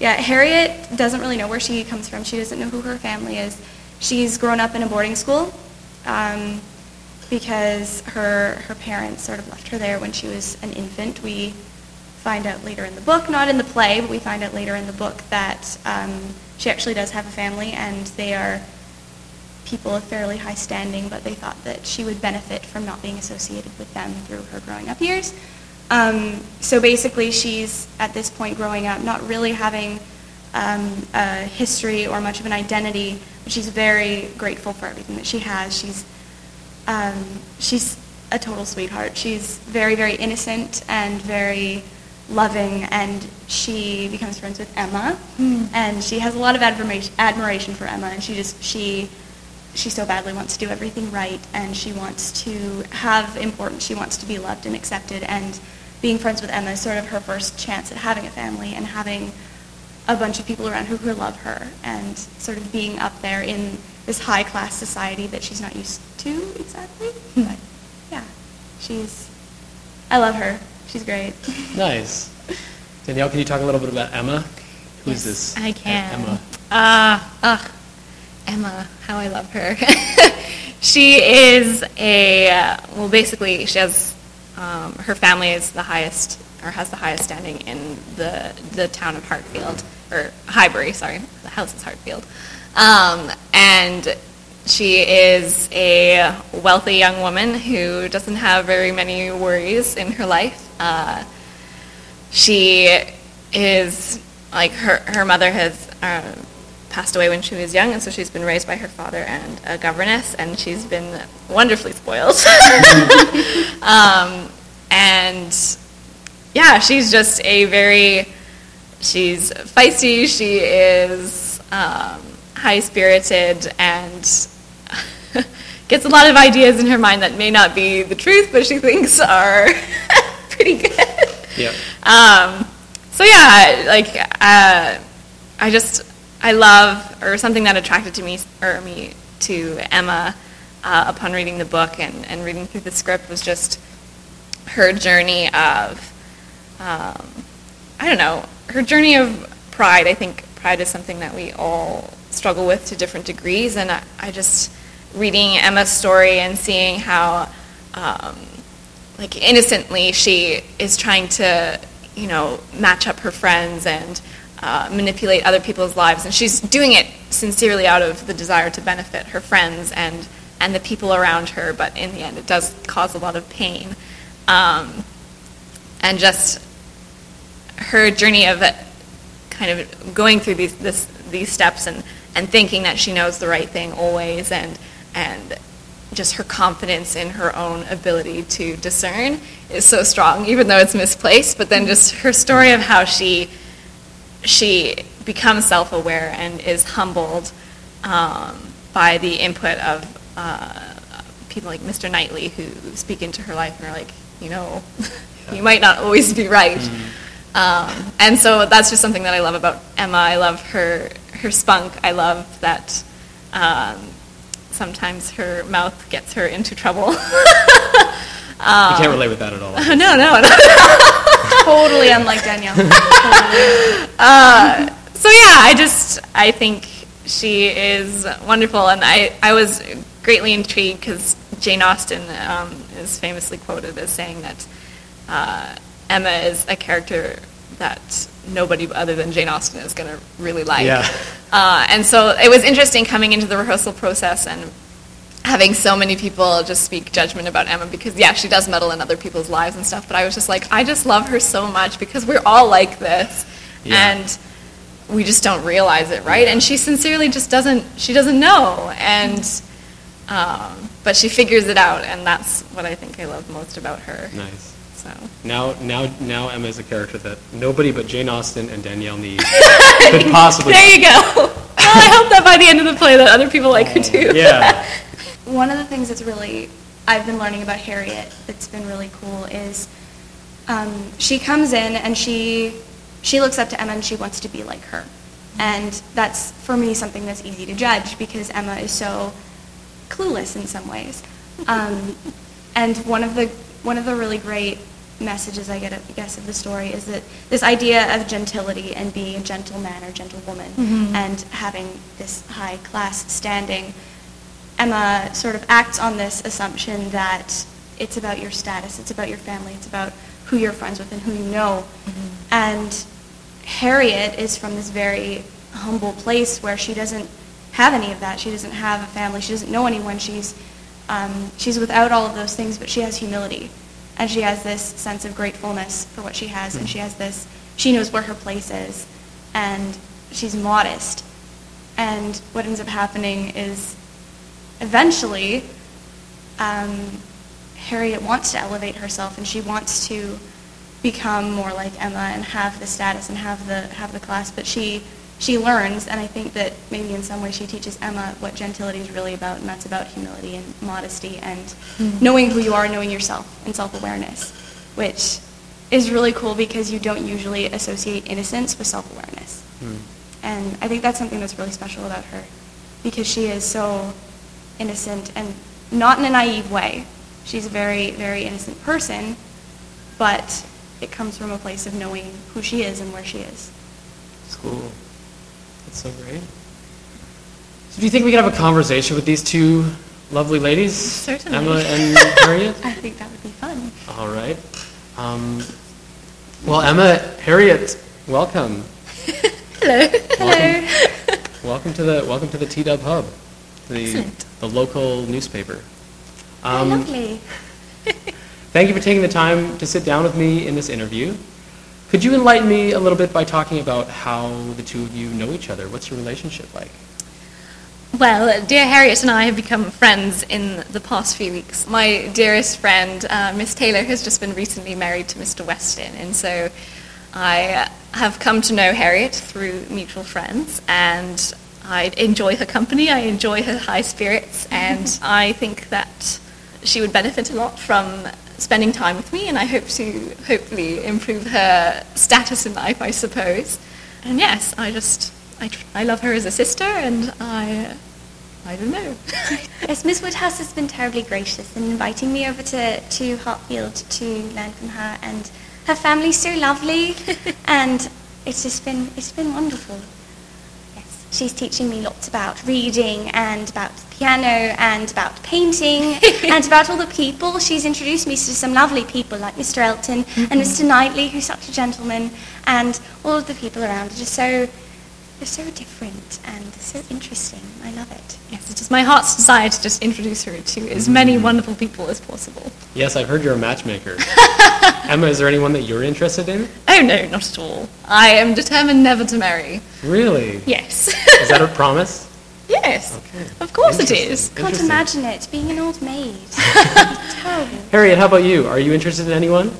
yeah, Harriet doesn't really know where she comes from. She doesn't know who her family is. She's grown up in a boarding school um, because her her parents sort of left her there when she was an infant. We find out later in the book, not in the play, but we find out later in the book that um, she actually does have a family, and they are people of fairly high standing, but they thought that she would benefit from not being associated with them through her growing up years. Um, so basically, she's at this point growing up, not really having um, a history or much of an identity, but she's very grateful for everything that she has. She's um, she's a total sweetheart. She's very, very innocent and very loving, and she becomes friends with Emma, and she has a lot of admiration, admiration for Emma, and she just she she so badly wants to do everything right, and she wants to have importance. She wants to be loved and accepted, and being friends with Emma is sort of her first chance at having a family and having a bunch of people around her who love her and sort of being up there in this high class society that she's not used to exactly. But yeah, she's, I love her. She's great.
Nice. Danielle, can you talk a little bit about Emma? Who's this?
I can.
Emma.
Ah, ugh, Emma, how I love her. she is a uh, well, basically, she has um, her family is the highest or has the highest standing in the the town of Hartfield or Highbury. Sorry, the house is Hartfield, um, and she is a wealthy young woman who doesn't have very many worries in her life. Uh, she is like her her mother has uh, passed away when she was young, and so she's been raised by her father and a governess, and she's been wonderfully spoiled. um, and yeah, she's just a very she's feisty. She is um, high spirited and. Gets a lot of ideas in her mind that may not be the truth, but she thinks are pretty good.
Yeah.
Um, so yeah, like uh, I just I love or something that attracted to me or me to Emma uh, upon reading the book and, and reading through the script was just her journey of um, I don't know her journey of pride, I think pride is something that we all struggle with to different degrees. And I, I just, reading Emma's story and seeing how, um, like, innocently she is trying to, you know, match up her friends and uh, manipulate other people's lives. And she's doing it sincerely out of the desire to benefit her friends and, and the people around her. But in the end, it does cause a lot of pain. Um, and just her journey of uh, kind of going through these this, these steps and, and thinking that she knows the right thing always and and just her confidence in her own ability to discern is so strong even though it's misplaced but then just her story of how she she becomes self-aware and is humbled um, by the input of uh, people like Mr. Knightley who speak into her life and are like you know you might not always be right
Mm-hmm.
Mm.
um, and so that's just something that I love about Emma. I love her her spunk. I love that um, sometimes her mouth gets her into trouble. Um,
you can't relate with that at all.
no, no, no.
totally unlike Danielle.
Uh, so yeah, I just I think she is wonderful, and I I was greatly intrigued because Jane Austen um, is famously quoted as saying that uh, Emma is a character that nobody other than Jane Austen is going to really like.
Yeah.
Uh, and so it was interesting coming into the rehearsal process and having so many people just speak judgment about Emma because yeah, she does meddle in other people's lives and stuff, but I was just like, I just love her so much because we're all like this. And we just don't realize it, right? And she sincerely just doesn't she doesn't know. And um, but she figures it out and that's what I think I love most about her.
Nice.
So
Now, now, now, Emma is a character that nobody but Jane Austen and Danielle Nee could possibly.
there you go. well, I hope that by the end of the play that other people like her too.
Yeah.
One of the things that's really I've been learning about Harriet that's been really cool is um, she comes in and she she looks up to Emma and she wants to be like her, and that's for me something that's easy to judge because Emma is so clueless in some ways. Um, and one of the one of the really great messages I get, I guess, of the story is that this idea of gentility and being a gentle man or gentle woman and having this high class standing Emma sort of acts on this assumption that it's about your status, it's about your family, it's about who you're friends with and who you know. And Harriet is from this very humble place where she doesn't have any of that. She doesn't have a family. She doesn't know anyone. She's um, she's without all of those things, but she has humility, and she has this sense of gratefulness for what she has, and she has this. She knows where her place is, and she's modest. And what ends up happening is eventually, um, Harriet wants to elevate herself and she wants to become more like Emma and have the status and have the have the class. But she she learns, and I think that maybe in some way she teaches Emma what gentility is really about, and that's about humility and modesty and knowing who you are, knowing yourself, and self-awareness, which is really cool because you don't usually associate innocence with self-awareness. And I think that's something that's really special about her because she is so innocent and not in a naive way. She's a very, very innocent person, but it comes from a place of knowing who she is and where she is.
It's cool. That's so great. So do you think we could have a conversation with these two lovely ladies?
Certainly.
Emma and Harriet?
I think that would be fun.
All right. Um, well, Emma, Harriet, welcome. Hello. Welcome, welcome to the welcome to the T Dub Hub, the the local newspaper. Um,
Lovely.
Thank you for taking the time to sit down with me in this interview. Could you enlighten me a little bit by talking about how the two of you know each other? What's your relationship like?
Well, dear Harriet and I have become friends in the past few weeks. My dearest friend, uh, Miss Taylor, has just been recently married to Mr. Weston, and so I uh, have come to know Harriet through mutual friends, and I enjoy her company, I enjoy her high spirits, and I think that she would benefit a lot from spending time with me, and I hope to hopefully improve her status in life, I suppose. And yes, I just, I, tr- I love her as a sister, and I, I don't know.
Yes, Miss Woodhouse has been terribly gracious in inviting me over to, to Hartfield to learn from her, and her family's so lovely, and It's just been it's been wonderful. Yes, she's teaching me lots about reading and about the piano and about painting and about all the people. She's introduced me to some lovely people like Mr. Elton
Mm-hmm.
and Mr. Knightley, who's such a gentleman, and all of the people around are just so they're so different and so interesting. I love it.
Yes, it is my heart's desire to just introduce her to as many
Mm.
wonderful people as possible.
Yes, I've heard you're a matchmaker. Emma, is there anyone that you're interested in?
Oh no, not at all. I am determined never to marry.
Really?
Yes.
Is that a promise?
yes. Of course it is.
Can't
Interesting.
imagine it being an old maid. Terrible.
Harriet, how about you? Are you interested in anyone?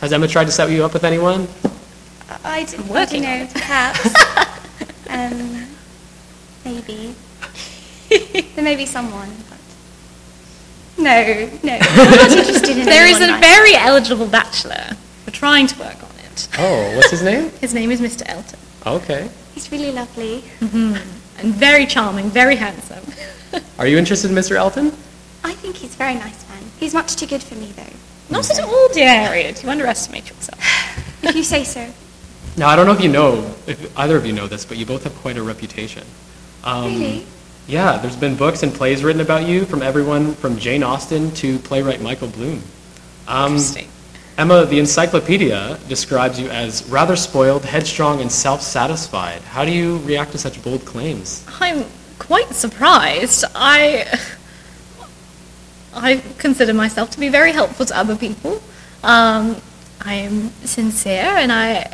Has Emma tried to set you up with anyone?
I didn't
working
you
on
know, perhaps. um, maybe. there may be someone, but no, no. I'm not interested in
There is
anyone
a
like that.
very eligible bachelor. We're trying to work on it.
Oh, what's his name?
His name is Mr. Elton. Mm-hmm.
Okay.
He's really lovely.
And very charming, very handsome.
Are you interested in Mr. Elton?
I think he's a very nice man. He's much too good for me, though.
Not at all, dear Harriet. You underestimate yourself.
If you say so.
Now, I don't know if you know, if either of you know this, but you both have quite a reputation. Um,
Really?
Yeah, there's been books and plays written about you from everyone from Jane Austen to playwright Michael Bloom. Um,
Interesting.
Emma, the encyclopedia describes you as rather spoiled, headstrong, and self-satisfied. How do you react to such bold claims?
I'm quite surprised. I I consider myself to be very helpful to other people. Um, I am sincere and I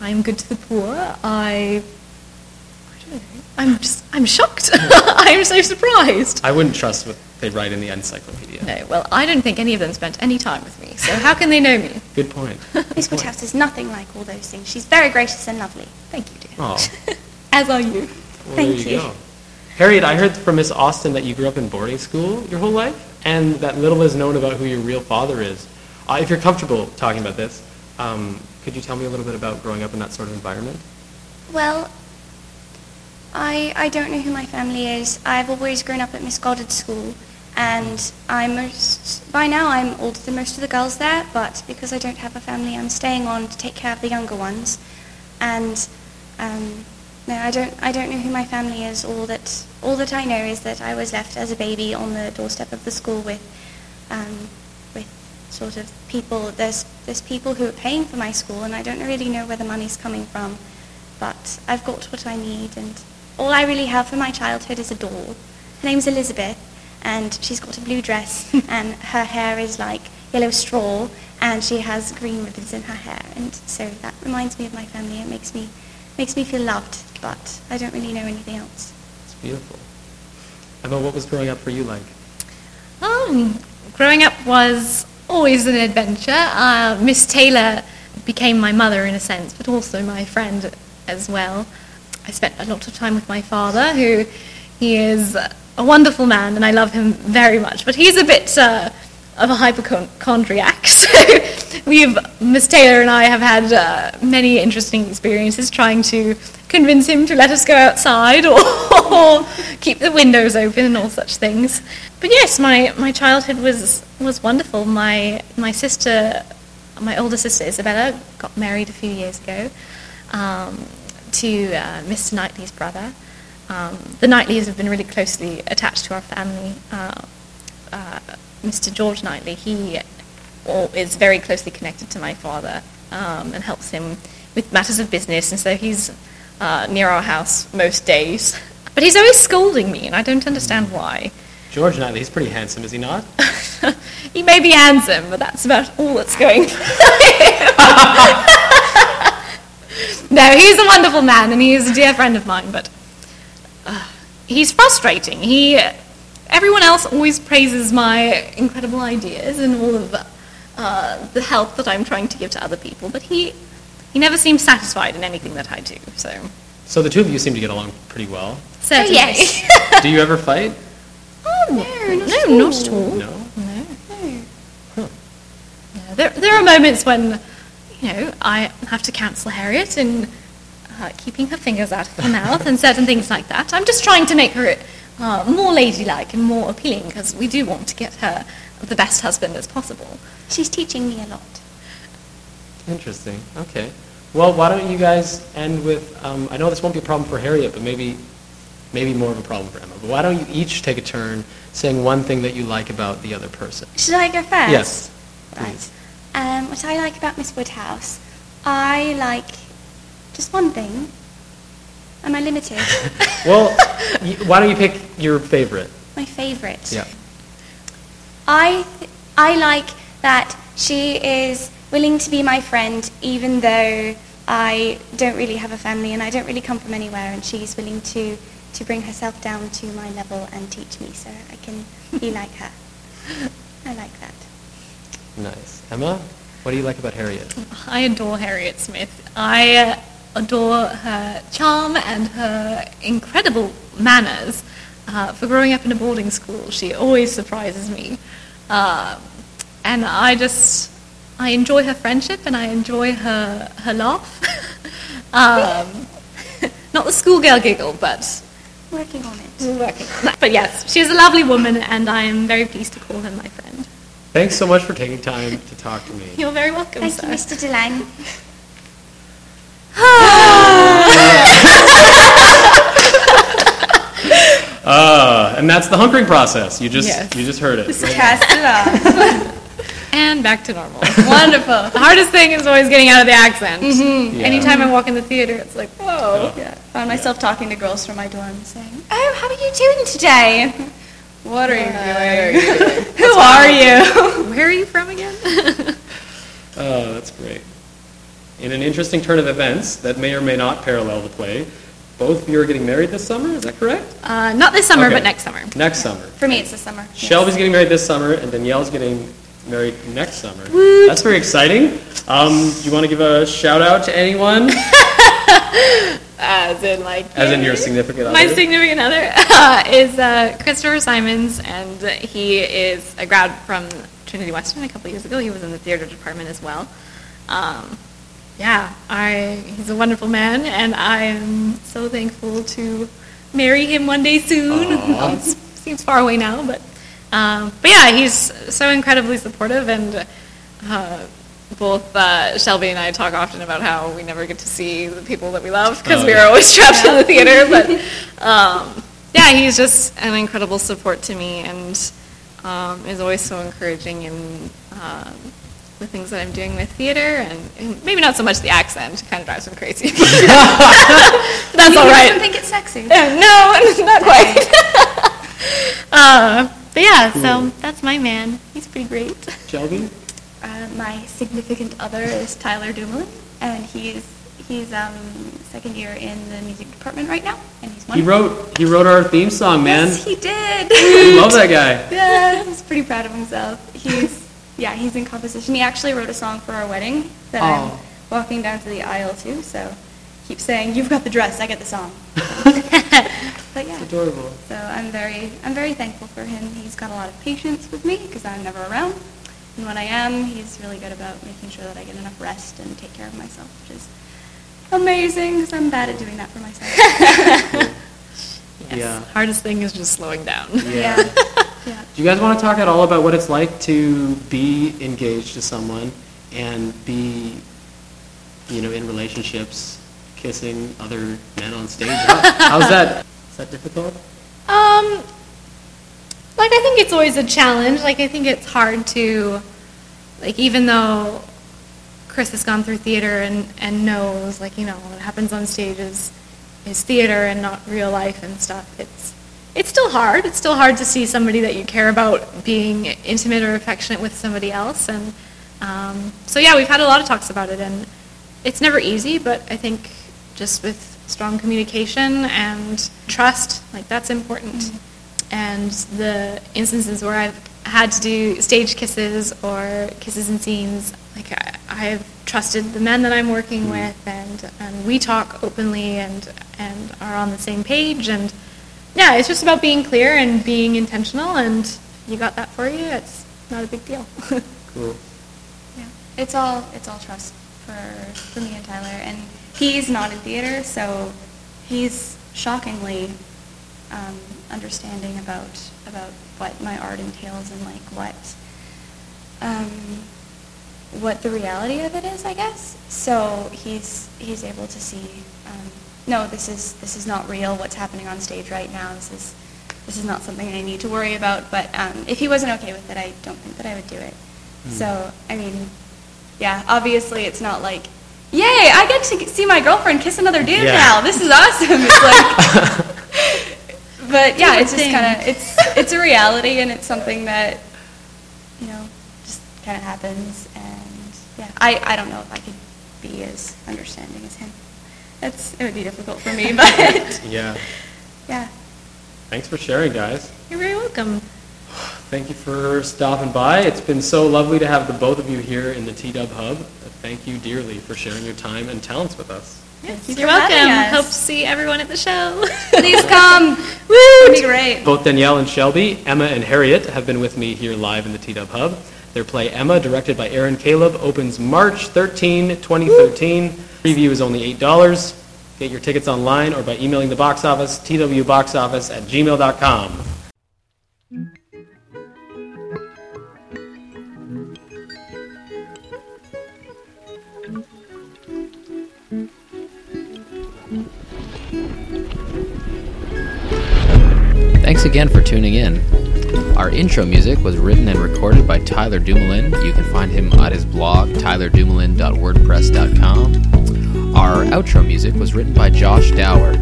I'm good to the poor. I I don't know. I'm just I'm shocked. I'm so surprised.
I wouldn't trust what they write in the encyclopedia.
No, well, I don't think any of them spent any time with me. So how can they know me?
Good point.
Miss Woodhouse is nothing like all those things. She's very gracious and lovely.
Thank you, dear.
Oh,
As are you.
well, there
Thank
you
you.
go. Harriet, I heard from Miss Austen that you grew up in boarding school your whole life, and that little is known about who your real father is. Uh, if you're comfortable talking about this, um, could you tell me a little bit about growing up in that sort of environment?
Well, I I don't know who my family is. I've always grown up at Miss Goddard's school, and I'm most by now I'm older than most of the girls there. But because I don't have a family, I'm staying on to take care of the younger ones, and um, no, I don't I don't know who my family is. All that all that I know is that I was left as a baby on the doorstep of the school with um, with sort of people. There's there's people who are paying for my school, and I don't really know where the money's coming from. But I've got what I need, and all I really have for my childhood is a doll. Her name's Elizabeth, and she's got a blue dress, and her hair is like yellow straw, and she has green ribbons in her hair, and so that reminds me of my family. It makes me makes me feel loved, but I don't really know anything else.
It's beautiful. Emma, what was growing up for you like?
Um, growing up was always an adventure. Uh, Miss Taylor became my mother in a sense, but also my friend as well. I spent a lot of time with my father, who he is a wonderful man, and I love him very much. But he's a bit uh, of a hypochondriac, so we've Miss Taylor and I have had uh, many interesting experiences trying to convince him to let us go outside or, or keep the windows open and all such things. But yes, my, my childhood was was wonderful. My my sister, my older sister Isabella, got married a few years ago um, to uh, Mr. Knightley's brother. Um, the Knightleys have been really closely attached to our family. Uh, uh, Mr. George Knightley, he al- is very closely connected to my father um, and helps him with matters of business, and so he's uh, near our house most days. But he's always scolding me, and I don't understand why.
George Knightley, he's pretty handsome, is he not?
He may be handsome, but that's about all that's going. no, he's a wonderful man, and he is a dear friend of mine. But uh, he's frustrating. He, everyone else always praises my incredible ideas and all of uh, the help that I'm trying to give to other people, but he, he never seems satisfied in anything that I do. So,
So the two of you seem to get along pretty well.
certainly. Oh,
yes.
Do you ever fight?
no, not at all. Not at all.
No.
No. No. There, there are moments when, you know, I have to counsel Harriet in uh, keeping her fingers out of her mouth and certain things like that. I'm just trying to make her uh, more ladylike and more appealing because we do want to get her the best husband as possible.
She's teaching me a lot.
Interesting. Okay. Well, why don't you guys end with, um, I know this won't be a problem for Harriet, but maybe, maybe more of a problem for Emma. But why don't you each take a turn saying one thing that you like about the other person?
Should I go first?
Yes,
Right.
please.
Um, what I like about Miss Woodhouse, I like just one thing. Am I limited?
Well, y- why don't you pick your favorite?
My favourite.
Yeah.
I, th- I like that she is willing to be my friend, even though I don't really have a family and I don't really come from anywhere, and she's willing to, to bring herself down to my level and teach me so I can be like her. I like that.
Nice. Emma, what do you like about Harriet?
I adore Harriet Smith. I uh, adore her charm and her incredible manners. Uh, for growing up in a boarding school, she always surprises me. Um and I just, I enjoy her friendship and I enjoy her, her laugh. um, not the schoolgirl giggle, but
Working on it.
we're working on that. But yes, she is a lovely woman and I am very pleased to call her my friend.
Thanks so much for taking time to talk to me.
You're very welcome,
Thank
sir.
you, Mr. Delang.
Uh, and that's the hunkering process. You just,
Yes.
you just heard it. right?
Cast it off.
And back to normal. Wonderful. The hardest thing is always getting out of the accent.
Mm-hmm.
Yeah.
Anytime I walk in the theater, it's like, whoa.
Yeah. Found myself talking to girls from my dorm saying, Oh, how are you doing today? What are you doing? Who are you?
Where are you from again?
Oh, that's great. In an interesting turn of events that may or may not parallel the play, both of you are getting married this summer, is that correct?
Uh, not this summer,
Okay.
but next summer.
Next summer.
For me, it's the summer. yes.
Shelby's getting married this summer, and Danielle's getting married next summer. That's very exciting. Um, do you want to give a shout out to anyone,
As in, like,
as in your significant
my
other?
significant other is uh, Christopher Simons, and he is a grad from Trinity Western a couple years ago. He was in the theater department as well. Um, yeah, I, he's a wonderful man, and I am so thankful to marry him one day soon.
Aw.
It seems far away now, but um, but yeah, he's so incredibly supportive, and uh, both uh, Shelby and I talk often about how we never get to see the people that we love because
Oh,
we
yeah.
are always trapped in the theater. But um, yeah, he's just an incredible support to me, and um, is always so encouraging in um, the things that I'm doing with theater, and, and maybe not so much the accent. It kind of drives him crazy. That's
You
all
don't
right.
think it's sexy.
Uh, no, not quite. uh, but yeah,
Hmm.
so that's my man. He's pretty great.
Shelby?
Uh, my significant other is Tyler Dumoulin, and he's he's um, second year in the music department right now, and he's
He
wonderful.
wrote, he wrote our theme song, man.
Yes, he did.
We Love that guy.
yeah, he's pretty proud of himself. He's yeah, he's in composition. He actually wrote a song for our wedding that
Oh.
I'm walking down to the aisle to. So keep saying you've got the dress, I get the song. but yeah,
Adorable.
so I'm very I'm very thankful for him. He's got a lot of patience with me because I'm never around, and when I am, he's really good about making sure that I get enough rest and take care of myself, which is amazing because I'm bad at doing that for myself.
Yes.
Yeah.
Hardest thing is just slowing down.
Yeah.
yeah.
Do you guys want to talk at all about what it's like to be engaged to someone and be, you know, in relationships, kissing other men on stage? How- How's that? Is that difficult?
Um, like I think it's always a challenge. Like I think it's hard to, like even though Chris has gone through theater and and knows like you know what happens on stage is is theater and not real life and stuff. It's it's still hard. It's still hard to see somebody that you care about being intimate or affectionate with somebody else. And um, so yeah, we've had a lot of talks about it, and it's never easy. But I think just with strong communication and trust, like that's important. And the instances where I've had to do stage kisses or kisses and scenes, like I, I've trusted the men that I'm working with, and, and we talk openly and and are on the same page. And yeah, it's just about being clear and being intentional. And you got that for you. It's not a big deal.
Cool.
Yeah, it's all it's all trust for for me and Tyler, and he's not in theater, so he's shockingly um, understanding about about what my art entails and like what um, what the reality of it is, I guess. So he's he's able to see, um, no, this is this is not real. What's happening on stage right now? This is this is not something I need to worry about. But um, if he wasn't okay with it, I don't think that I would do it. So I mean, yeah, obviously it's not like. Yay! I get to see my girlfriend kiss another dude
Yeah.
now. This is awesome. It's like, but yeah,
Do the
it's just
thing.
kind of it's it's a reality, and it's something that you know just kind of happens. And yeah, I I don't know if I could be as understanding as him. That's it would be difficult for me, but
Yeah.
yeah,
Thanks for sharing, guys.
You're very welcome.
Thank you for stopping by. It's been so lovely to have the both of you here in the T-Dub Hub. Thank you dearly for sharing your time and talents with us.
Thank you
You're
for having
welcome.
us.
Hope to see everyone at the show.
please come. It'd be
Woo!
great.
Both Danielle and Shelby, Emma and Harriet have been with me here live in the T-Dub Hub. Their play Emma, directed by Aaron Caleb, opens March 13, 2013. Preview is only $8. Get your tickets online or by emailing the box office, twboxoffice at gmail.com.
Thanks again for tuning in. Our intro music was written and recorded by Tyler Dumoulin. You can find him at his blog, tylerdumoulin.wordpress.com. Our outro music was written by Josh Dower.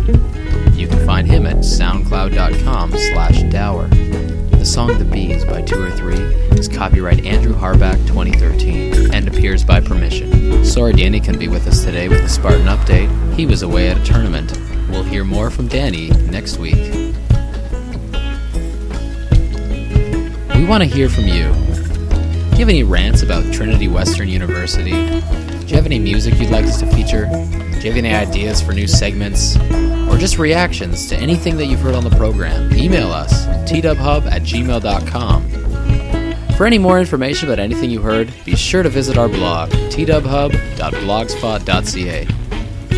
You can find him at soundcloud.com slash dower. The song The Bees by 2 or 3 is copyright Andrew Harback 2013 and appears by permission. Sorry Danny couldn't be with us today with the Spartan update. He was away at a tournament. We'll hear more from Danny next week. We want to hear from you. Do you have any rants about Trinity Western University? Do you have any music you'd like us to feature? Do you have any ideas for new segments? Or just reactions to anything that you've heard on the program? Email us, twhub at gmail.com. For any more information about anything you heard, be sure to visit our blog, twhub.blogspot.ca.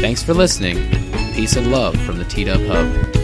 Thanks for listening. Peace and love from the T-Dub Hub.